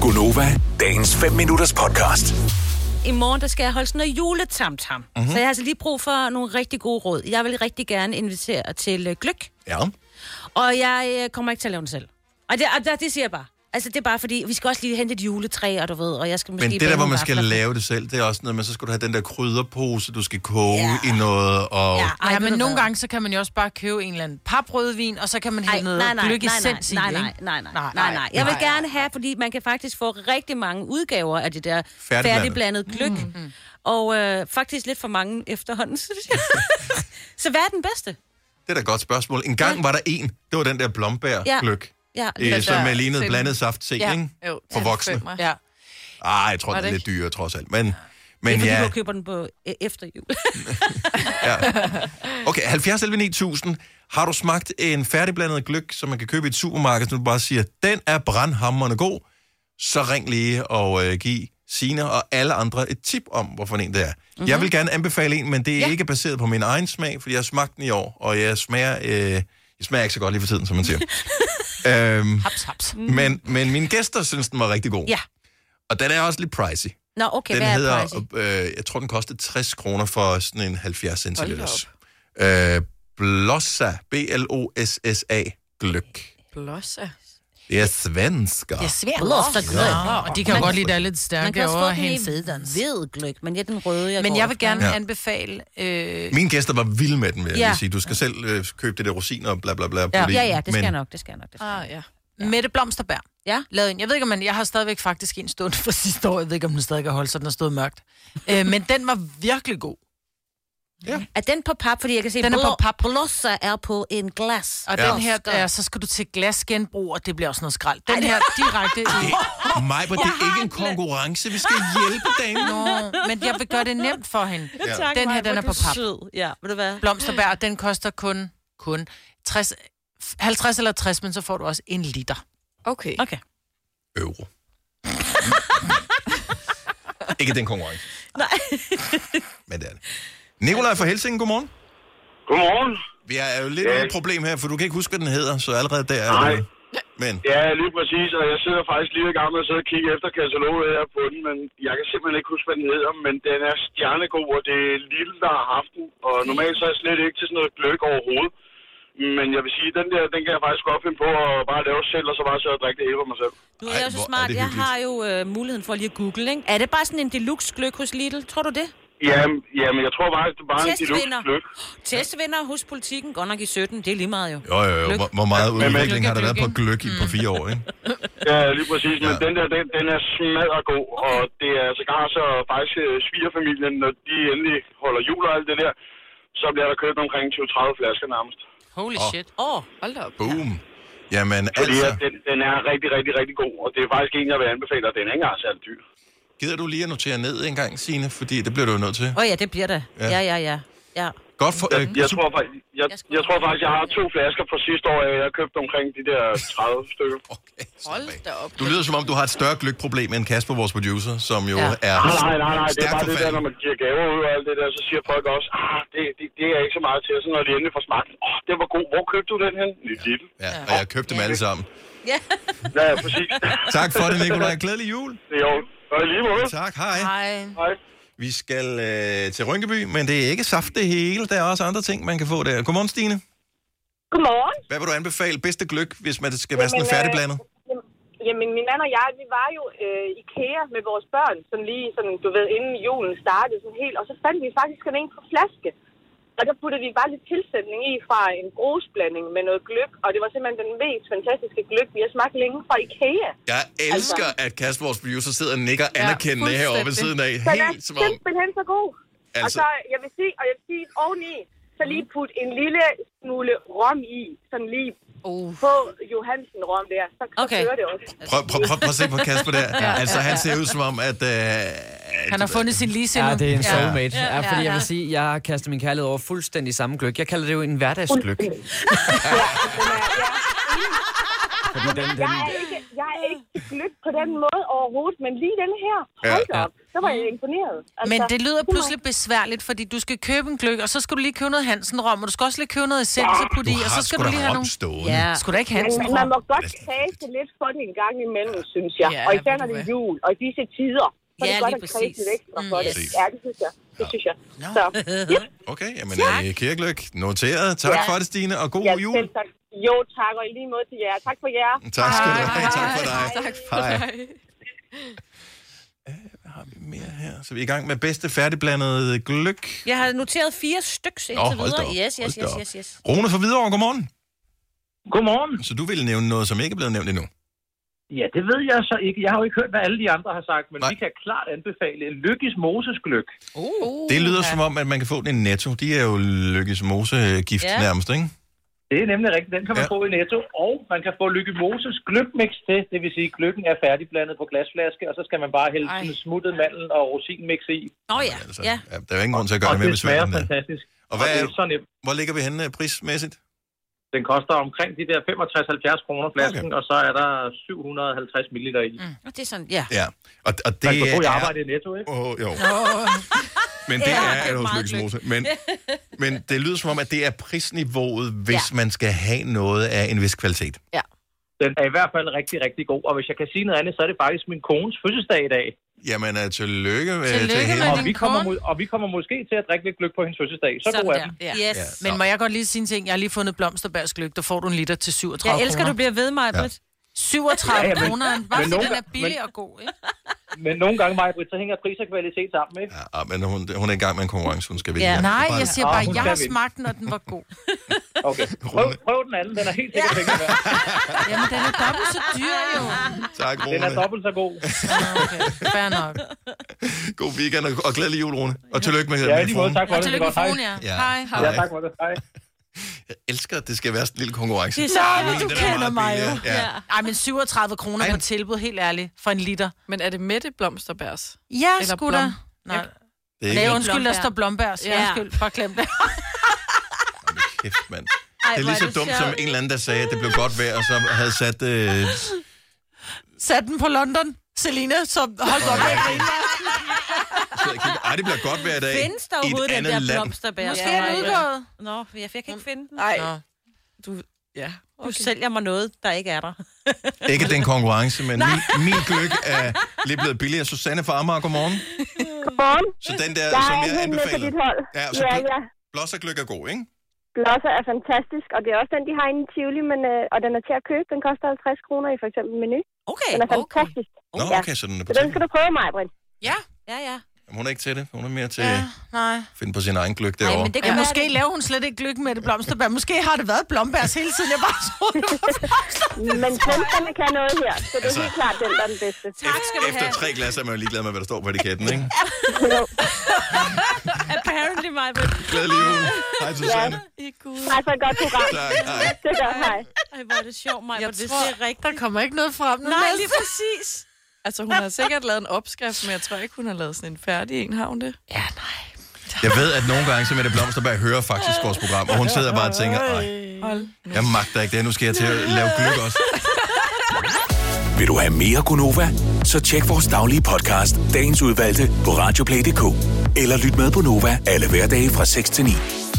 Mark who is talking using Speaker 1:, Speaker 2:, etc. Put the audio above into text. Speaker 1: Gunova, dagens 5 minutters podcast.
Speaker 2: i morgen, der skal jeg holde sådan noget juletamtam.
Speaker 3: Mhm.
Speaker 2: Mm-hmm. Så jeg har altså lige brug for nogle rigtig gode råd. Jeg vil rigtig gerne invitere til øh, gløk,
Speaker 3: Ja.
Speaker 2: og jeg øh, kommer ikke til at lave den selv. Og det, og der, det siger jeg bare. Altså, det er bare fordi, vi skal også lige hente et juletræ, og du ved, og jeg skal måske...
Speaker 3: Men det
Speaker 2: bage
Speaker 3: der, hvor
Speaker 2: nogle
Speaker 3: man skal
Speaker 2: vafler.
Speaker 3: lave det selv, det er også noget med, så skal du have den der krydderpose, du skal koge
Speaker 2: Ja.
Speaker 3: i noget, og...
Speaker 2: Ja,
Speaker 4: Ej,
Speaker 2: ej,
Speaker 4: ja,
Speaker 2: ved
Speaker 4: men
Speaker 2: du
Speaker 4: nogle
Speaker 2: hvad?
Speaker 4: gange, så kan man jo også bare købe en eller anden paprødvin, og så kan man
Speaker 2: Ej,
Speaker 4: hælde
Speaker 2: nej, nej,
Speaker 4: noget
Speaker 2: nej,
Speaker 4: gløgg i
Speaker 2: nej,
Speaker 4: sens i
Speaker 2: nej,
Speaker 4: det,
Speaker 2: nej,
Speaker 4: ikke?
Speaker 2: nej, nej, nej, nej. Jeg vil gerne have, fordi man kan faktisk få rigtig mange udgaver af det der
Speaker 3: Færdigblandet.
Speaker 2: færdigblandet gløk.
Speaker 4: Mhm.
Speaker 2: Mm. Og øh, faktisk lidt for mange efterhånden, synes jeg. Så hvad er den bedste?
Speaker 3: Det er da et godt spørgsmål. En gang var der en, det var den der blombærgløk,
Speaker 2: Ja,
Speaker 3: ja. øh,
Speaker 2: den
Speaker 3: som
Speaker 2: der
Speaker 3: er lignet
Speaker 5: fem-
Speaker 3: blandet saft te, ja. ikke?
Speaker 5: Jo,
Speaker 3: For voksne.
Speaker 5: femmer.
Speaker 4: Ja.
Speaker 3: Ah, jeg tror,
Speaker 5: Var
Speaker 3: den er
Speaker 5: det
Speaker 3: lidt dyrere, trods alt. Men, men
Speaker 2: Men ja.
Speaker 3: ja,
Speaker 2: du køber den på øh, efter jul.
Speaker 3: okay, 70 11 9000. Har du smagt en færdigblandet gløk, som man kan købe i et supermarked, som du bare siger, den er brandhammerende god, så ring lige og øh, giv Sina og alle andre et tip om, hvorfor en det er. Mm-hmm. Jeg vil gerne anbefale en, men det er ja. ikke baseret på min egen smag, fordi jeg har smagt den i år, og jeg smager, øh, jeg smager ikke så godt lige for tiden, som man siger. øhm,
Speaker 4: Haps, haps.
Speaker 2: Mm.
Speaker 3: men, men mine gæster synes, den var rigtig god.
Speaker 2: Ja.
Speaker 3: Og den er også lidt pricey.
Speaker 2: Nå, okay,
Speaker 3: den
Speaker 2: hvad
Speaker 3: hedder,
Speaker 2: er pricey?
Speaker 3: øh, jeg tror, den kostede 60 kroner for sådan en 70
Speaker 5: Hold da
Speaker 3: centiliters. Øh, Blossa, B-L-O-S-S-A, gløk.
Speaker 5: Blossa.
Speaker 3: Det er svensker.
Speaker 4: Det er svært.
Speaker 2: Lofter gløgg.
Speaker 4: Nå, og de kan jo godt lide, der er lidt
Speaker 2: Man
Speaker 4: stærke
Speaker 2: kan også få
Speaker 4: over
Speaker 2: den i
Speaker 4: hans sædans.
Speaker 2: hvid gløk, men jeg er den røde, jeg
Speaker 4: Men
Speaker 2: går
Speaker 4: jeg vil
Speaker 2: efter.
Speaker 4: gerne
Speaker 3: Ja.
Speaker 4: ja. anbefale... Øh,
Speaker 3: Mine gæster var vilde med den, vil jeg
Speaker 2: Ja.
Speaker 3: ja. sige. Du skal selv øh, købe det der rosiner og bla bla bla.
Speaker 4: Ja.
Speaker 3: protein.
Speaker 2: Ja, ja, det skal
Speaker 3: Men
Speaker 2: jeg nok, det skal jeg nok. Det skal. jeg nok.
Speaker 5: Ah, ja.
Speaker 4: Mette Blomsterberg.
Speaker 2: Ja.
Speaker 4: Lavet en. Jeg ved ikke, om man, jeg har stadigvæk faktisk en stund fra sidste år. Jeg ved ikke, om den stadig kan holde, så den har stået mørkt. øh, men den var virkelig god.
Speaker 2: Er den på pap, fordi jeg kan se,
Speaker 4: Den er på pap.
Speaker 2: Blosser er på en glas.
Speaker 4: Og
Speaker 3: Ja.
Speaker 4: ja. den her, ja, så skal du til glasgenbrug, og det bliver også noget skrald. Den her direkte i...
Speaker 3: Maj, men det er ikke en konkurrence. Vi skal hjælpe damen.
Speaker 4: Nå, men jeg vil gøre det nemt for hende.
Speaker 3: Ja.
Speaker 4: Den her, den er på pap.
Speaker 2: Sød. Ja, ved du hvad?
Speaker 4: Blomsterbær, den koster kun, kun 60, 50 eller 60, men så får du også en liter.
Speaker 5: Okay.
Speaker 2: Okay.
Speaker 3: Euro. ikke den konkurrence.
Speaker 2: Nej.
Speaker 3: Men det er det. Nikolaj fra Helsingen, godmorgen.
Speaker 6: Godmorgen.
Speaker 3: Vi er jo lidt ja. et problem her, for du kan ikke huske, hvad den hedder, så allerede der er
Speaker 6: Nej.
Speaker 3: det. Men
Speaker 6: Ja, lige præcis, og jeg sidder faktisk lige i gang med at sidde og kigge efter kataloget her på den, men jeg kan simpelthen ikke huske, hvad den hedder, men den er stjernegod, og det er Lille, der har haft den, og normalt så er jeg slet ikke til sådan noget gløk overhovedet. Men jeg vil sige, den der, den kan jeg faktisk godt finde på at bare lave selv, og så bare sidde og drikke det hele for mig selv.
Speaker 2: Nu er jeg
Speaker 3: Ej,
Speaker 2: jo så
Speaker 3: hvor er
Speaker 2: smart.
Speaker 3: det
Speaker 2: Jeg
Speaker 3: hyggeligt.
Speaker 2: har jo øh, muligheden for lige at google, ikke? Er det bare sådan en deluxe gløk hos Lidl? Tror du det?
Speaker 6: Jamen, jamen jeg tror faktisk, det er bare en deluxe
Speaker 2: Testvinder.
Speaker 6: gløk.
Speaker 2: Testvinder hos politikken. Godt nok i 17. Det er lige meget jo.
Speaker 3: jo, jo, jo. Hvor, hvor meget
Speaker 6: men-
Speaker 3: udvikling har der været
Speaker 4: Lykke,
Speaker 3: på gløk i på fire år, ikke? Mm.
Speaker 6: Ja, lige præcis, men
Speaker 3: Ja.
Speaker 6: den der, den, den er smadret god, og det er altså sågar så faktisk øh, svigerfamilien, når de endelig holder jul og alt det der, så bliver der købt omkring 20-30 flasker nærmest.
Speaker 4: Holy
Speaker 3: Åh.
Speaker 4: shit.
Speaker 2: Åh,
Speaker 5: Hold da op.
Speaker 3: Boom. Jamen
Speaker 6: Fordi
Speaker 3: altså,
Speaker 6: at den, den er rigtig, rigtig, rigtig god, og det er faktisk en, jeg vil anbefale, og den er ikke engang særlig dyr.
Speaker 3: gider du lige at notere ned en gang, Signe? Fordi det bliver du jo nødt til.
Speaker 2: oh, ja, det bliver det.
Speaker 3: Ja.
Speaker 2: Ja, ja, ja. ja. ja.
Speaker 3: Godt for...
Speaker 6: Jeg,
Speaker 3: Øh,
Speaker 6: jeg,
Speaker 3: su-
Speaker 6: tror, fak- jeg,
Speaker 2: Jeg skal-
Speaker 6: jeg tror faktisk, jeg har to flasker fra sidste år, og jeg købte omkring de der 30 stykker.
Speaker 3: okay, slap af.
Speaker 5: Hold da op.
Speaker 3: du lyder som om, du har et større gløkproblem end Kasper, vores producer, som jo ja.
Speaker 4: Ja.
Speaker 3: er... Stærkt
Speaker 6: Nej, nej, nej, nej, det er bare det der,
Speaker 3: forfalden.
Speaker 6: når man giver gaver ud og alt det der, så siger folk også, ah, det, det, det er jeg ikke så meget til, og så når de endelig får smagt, den, åh, oh, det var god, hvor købte du den hen? Nyt lille.
Speaker 3: Ja, og jeg købte dem alle sammen.
Speaker 6: Ja, ja, præcis.
Speaker 3: Tak for det, Nikolaj. Glædelig jul.
Speaker 6: Det er jo, og i lige måde.
Speaker 3: Tak, hej.
Speaker 4: Hej.
Speaker 6: Hej.
Speaker 3: Vi skal øh, til Rynkeby, men det er ikke saft det hele. Der er også andre ting, man kan få der. Godmorgen, Stine.
Speaker 7: Godmorgen.
Speaker 3: Hvad vil du anbefale? Bedste gløk, hvis man skal være sådan
Speaker 7: Jamen, øh,
Speaker 3: færdigblandet?
Speaker 7: Jamen, Jamen, min mand og jeg, vi var jo øh, IKEA med vores børn, sådan lige, sådan, du ved, inden julen startede sådan helt, og så fandt vi faktisk sådan en på flaske. Og der puttede vi bare lidt tilsætning i fra en grusblanding med noget gløk, og det var simpelthen den mest fantastiske gløk, vi har smagt længe fra IKEA.
Speaker 3: Jeg elsker, altså. at Kasper, vores producer, sidder og nikker ja, anerkendende heroppe ved siden
Speaker 5: fuldstændig.
Speaker 3: af.
Speaker 7: Den er
Speaker 3: Helt som om...
Speaker 7: simpelthen så god. Altså... Og
Speaker 3: Altså,
Speaker 7: så, jeg vil sige, og jeg vil sige oveni, så lige put en lille smule rom i, sådan lige
Speaker 5: Oh.
Speaker 7: på Johansen-rom der, så, så
Speaker 2: Okay.
Speaker 7: kører det også.
Speaker 3: prøv, prøv, prøv, prøv at se på Kasper der. Altså, han ser ud som om, at... Øh, han
Speaker 4: Han har fundet sin lige
Speaker 8: Ja, det er en
Speaker 3: Ja.
Speaker 8: soulmate. Ja, ja, fordi
Speaker 4: ja.
Speaker 8: jeg vil sige, jeg har kastet min kærlighed over fuldstændig samme gløk. Jeg kalder det jo en hverdagsgløk.
Speaker 7: Ja, den er, ja.
Speaker 8: Fordi den, den,
Speaker 7: Jeg er ikke, jeg er
Speaker 4: Ah.
Speaker 7: ikke gløk på den måde overhovedet, men lige den her, hold
Speaker 3: Ja,
Speaker 7: da
Speaker 3: ja.
Speaker 7: op, så var jeg imponeret. Altså,
Speaker 4: Men det lyder pludselig besværligt, fordi du skal købe en gløk, og så skal du lige købe noget Hansenrom, og du skal også lige købe noget essence på
Speaker 3: Du
Speaker 4: det, og så
Speaker 3: har
Speaker 4: skal
Speaker 3: sgu
Speaker 4: du
Speaker 3: da
Speaker 4: lige have
Speaker 3: rom
Speaker 4: nogle...
Speaker 3: stående.
Speaker 2: Ja.
Speaker 4: Skulle da ikke
Speaker 7: Men
Speaker 4: Hansen
Speaker 7: man må godt
Speaker 3: Næsten.
Speaker 7: kræse lidt for det en gang imellem, synes jeg.
Speaker 4: Ja,
Speaker 7: og især når
Speaker 4: ved du hvad.
Speaker 7: det er jul, og i disse tider, så er
Speaker 2: Ja,
Speaker 7: det godt
Speaker 2: lige
Speaker 7: at kræse lidt
Speaker 2: præcis.
Speaker 7: ekstra for det.
Speaker 3: Præcis.
Speaker 7: Ja, det synes jeg. Det synes jeg. Så, yep.
Speaker 3: Okay, jamen øh, Kirkeløk, noteret. Tak
Speaker 7: Ja.
Speaker 3: for det, Stine, og god
Speaker 7: ja,
Speaker 3: jul.
Speaker 7: selv tak. Jo, tak, og i lige måde til jer. Tak for jer.
Speaker 4: Mm.
Speaker 3: Tak skal du have. Tak for dig.
Speaker 7: Hej.
Speaker 3: Hej. Øh, Hvad har vi mere her? Så vi er i gang med bedste færdigblandede gløk.
Speaker 2: Jeg har noteret fire styks
Speaker 3: Nå,
Speaker 2: indtil
Speaker 3: hold da op,
Speaker 2: videre. Yes, yes,
Speaker 3: hold da
Speaker 2: yes,
Speaker 3: op.
Speaker 2: yes, yes.
Speaker 3: Rune fra Hvidovre, godmorgen.
Speaker 5: Godmorgen.
Speaker 3: Så du ville nævne noget, som ikke er blevet nævnt endnu.
Speaker 5: Ja, det ved jeg så ikke. Jeg har jo ikke hørt, hvad alle de andre har sagt, men
Speaker 3: Nej.
Speaker 5: Nej. vi kan klart anbefale en Lykkes Moses gløk.
Speaker 4: Uh,
Speaker 3: Det lyder som om, at man kan få den i Netto. De er jo lykkes mosegift
Speaker 2: Ja.
Speaker 3: nærmest, ikke?
Speaker 5: Det er nemlig rigtigt. Den kan man
Speaker 3: Ja.
Speaker 5: ja. få i Netto, og man kan få Lykke Moses gløkmix til. Det vil sige, at gløkken er færdigblandet på glasflaske, og så skal man bare hælde
Speaker 4: Ej.
Speaker 5: sådan smuttet mandel og rosinmix i.
Speaker 2: Nå ja,
Speaker 3: Altså,
Speaker 2: ja.
Speaker 3: ja. Der er jo ingen grund til at gøre
Speaker 5: Og
Speaker 3: det mere
Speaker 5: det smager
Speaker 3: besværligt. end det.
Speaker 5: fantastisk.
Speaker 3: Og hvad
Speaker 5: det
Speaker 3: er,
Speaker 5: er så nemt.
Speaker 3: hvor ligger vi henne øh, prismæssigt?
Speaker 5: Den koster omkring de der 65-70 kroner flasken,
Speaker 3: Okay.
Speaker 5: okay. og så er der 750 ml i. Mm.
Speaker 2: Og det er sådan, ja.
Speaker 3: Ja. Og, og det
Speaker 5: Man kan tro,
Speaker 3: er...
Speaker 5: jeg arbejder i Netto, ikke?
Speaker 3: Oh, jo. Men det
Speaker 2: Ja,
Speaker 3: er,
Speaker 2: det er
Speaker 3: er hos
Speaker 2: meget
Speaker 3: Lykkes Mose. Men, men det lyder som om, at det er prisniveauet, hvis ja. man skal have noget af en vis kvalitet.
Speaker 5: Den er i hvert fald rigtig, rigtig god. Og hvis jeg kan sige noget andet, så er det faktisk min kones fødselsdag i dag.
Speaker 3: Jamen, uh, tillykke, uh,
Speaker 4: Tillykke
Speaker 3: til
Speaker 4: med
Speaker 3: hende.
Speaker 5: Og
Speaker 4: din
Speaker 5: vi, kommer,
Speaker 4: kone?
Speaker 5: mu- og vi kommer måske til at drikke lidt gløk på hendes fødselsdag. Så god er den.
Speaker 2: der.
Speaker 4: Ja.
Speaker 2: Yes.
Speaker 3: Ja.
Speaker 4: Men må jeg godt lige sige en ting? Jeg har lige fundet blomsterbærsgløk. Der får du en liter til 37
Speaker 2: Jeg elsker,
Speaker 4: kroner.
Speaker 2: du bliver ved, mig, Britt.
Speaker 4: 37
Speaker 5: Ja, ja, men-
Speaker 4: kroner. Bare
Speaker 5: men
Speaker 4: fordi
Speaker 5: nogle
Speaker 4: den er
Speaker 5: gange-
Speaker 4: billig og god, ikke?
Speaker 5: Men nogle gange, Maja Britt, så hænger pris og kvalitet sammen, ikke?
Speaker 3: Ja, ah, men hun, hun er i gang med en konkurrence, hun skal vinde.
Speaker 2: Ja.
Speaker 3: her.
Speaker 4: Nej,
Speaker 3: Bare-
Speaker 4: jeg siger
Speaker 5: Ah,
Speaker 4: bare,
Speaker 5: hun
Speaker 4: jeg
Speaker 5: skal
Speaker 4: har
Speaker 5: vinde.
Speaker 4: smagt den, og den var god.
Speaker 5: Okay. Prøv, prøv den anden, den er helt sikkert penge værd.
Speaker 4: Jamen, den er dobbelt så dyr, jo.
Speaker 3: Tak,
Speaker 5: Den er
Speaker 3: Rune.
Speaker 5: dobbelt så god.
Speaker 4: Nå, Ah, Okay, fair nok.
Speaker 3: God weekend, og, og glædelig jul, Rune. Og tillykke med
Speaker 5: Ja, i
Speaker 3: med
Speaker 5: lige måde,
Speaker 3: formen.
Speaker 5: tak for
Speaker 4: Og
Speaker 5: det.
Speaker 4: tillykke med
Speaker 5: Hej.
Speaker 4: fruen, ja.
Speaker 3: Ja.
Speaker 4: Hej.
Speaker 5: Ja, tak for det. Hej.
Speaker 3: Jeg elsker, at det skal være sådan en lille konkurrence.
Speaker 2: Det er så-
Speaker 3: men du
Speaker 4: kender mig jo.
Speaker 3: Ja.
Speaker 4: Ej, men 37 kroner
Speaker 3: Ej.
Speaker 4: på tilbud, helt ærligt, for en liter.
Speaker 9: Men er det mætte blomsterbærs?
Speaker 4: Ja,
Speaker 9: Eller
Speaker 4: sgu
Speaker 9: blom.
Speaker 4: da. Nej,
Speaker 3: Det er
Speaker 4: Nej,
Speaker 3: ikke
Speaker 4: undskyld, der står blombærs. Ja.
Speaker 9: Ja.
Speaker 4: Undskyld, bare glem det.
Speaker 3: kæft, mand. Det er lige
Speaker 2: hvor
Speaker 3: så
Speaker 2: er det
Speaker 3: dumt som
Speaker 2: sjovt.
Speaker 3: en eller anden, der sagde, at det blev godt vejr, og så havde sat... Øh,
Speaker 4: Sat den på London. Selina, så hold op.
Speaker 3: sidder og kigger, Ej, det bliver godt vejr i dag.
Speaker 2: Findes der
Speaker 3: i et
Speaker 2: overhovedet den
Speaker 3: andet
Speaker 2: der
Speaker 3: land.
Speaker 2: blomsterbær?
Speaker 4: Måske er den
Speaker 2: Maja?
Speaker 4: udgået.
Speaker 2: Nå, jeg, jeg kan ikke finde den.
Speaker 9: Nej.
Speaker 4: Nå.
Speaker 9: Du, ja.
Speaker 2: Du sælger mig noget, der ikke er der.
Speaker 3: Ikke den konkurrence, men min, min gløk er lige blevet billigere. Susanne fra Amager, godmorgen.
Speaker 7: Godmorgen.
Speaker 3: Så den der,
Speaker 7: Jeg
Speaker 3: som
Speaker 7: er
Speaker 3: jeg
Speaker 7: helt med på
Speaker 3: anbefaler.
Speaker 7: dit hold.
Speaker 3: Ja, så
Speaker 7: ja,
Speaker 3: glø-
Speaker 7: ja.
Speaker 3: Blås og gløk er god, ikke?
Speaker 7: Blosser er fantastisk, og det er også den, de har inde i Tivoli, men, øh, og den er til at købe. Den koster 50 kroner i for eksempel menu.
Speaker 2: Okay,
Speaker 7: Den er
Speaker 2: okay.
Speaker 7: fantastisk.
Speaker 3: Nå,
Speaker 7: Ja.
Speaker 3: okay, så den er
Speaker 7: Så
Speaker 3: på
Speaker 7: den
Speaker 3: tiden.
Speaker 7: skal du prøve, mig, Britt.
Speaker 2: Ja, ja.
Speaker 3: Jamen, Hun er ikke til det. Hun er mere til
Speaker 4: Ja,
Speaker 3: at
Speaker 4: nej.
Speaker 3: finde på sin egen gløk
Speaker 2: Nej,
Speaker 3: derovre.
Speaker 2: men det
Speaker 4: Ja,
Speaker 2: kan være,
Speaker 4: måske laver hun slet ikke lykke med det blomsterbær. Måske har det været blombærs hele tiden. Jeg bare troede, det var
Speaker 7: Men svenskerne kan noget her, så det er
Speaker 3: Altså-
Speaker 7: helt klart den, der er den bedste.
Speaker 2: Tak skal du
Speaker 3: Efter
Speaker 2: have.
Speaker 3: tre glas er man jo ligeglad med, hvad der står på etiketten, ikke?
Speaker 2: Apparently, mig.
Speaker 3: Glædelig jul. Hej, Susanne.
Speaker 9: I gud.
Speaker 7: Tak for et godt program.
Speaker 3: Tak, hej.
Speaker 7: Det gør, hej.
Speaker 2: Ej, hvor er det sjovt, mig.
Speaker 9: Jeg
Speaker 2: det
Speaker 9: tror-
Speaker 2: ser rigtigt.
Speaker 4: Der kommer ikke noget frem nu.
Speaker 2: Nej,
Speaker 4: Mads.
Speaker 2: lige præcis.
Speaker 9: Altså, hun har sikkert lavet en opskrift, men jeg tror ikke, hun har lavet sådan en færdig en, har hun det?
Speaker 3: Jeg ved, at nogle gange, så Mette Blomsterberg hører faktisk vores program, og hun sidder bare og tænker, nej,
Speaker 9: Hold.
Speaker 3: jeg magter ikke det, nu skal jeg til at lave gløk også.
Speaker 1: Vil du have mere Gunova? Så tjek vores daglige podcast, dagens udvalgte, på radioplay.dk. Eller lyt med på Nova alle hverdage fra 6 til 9.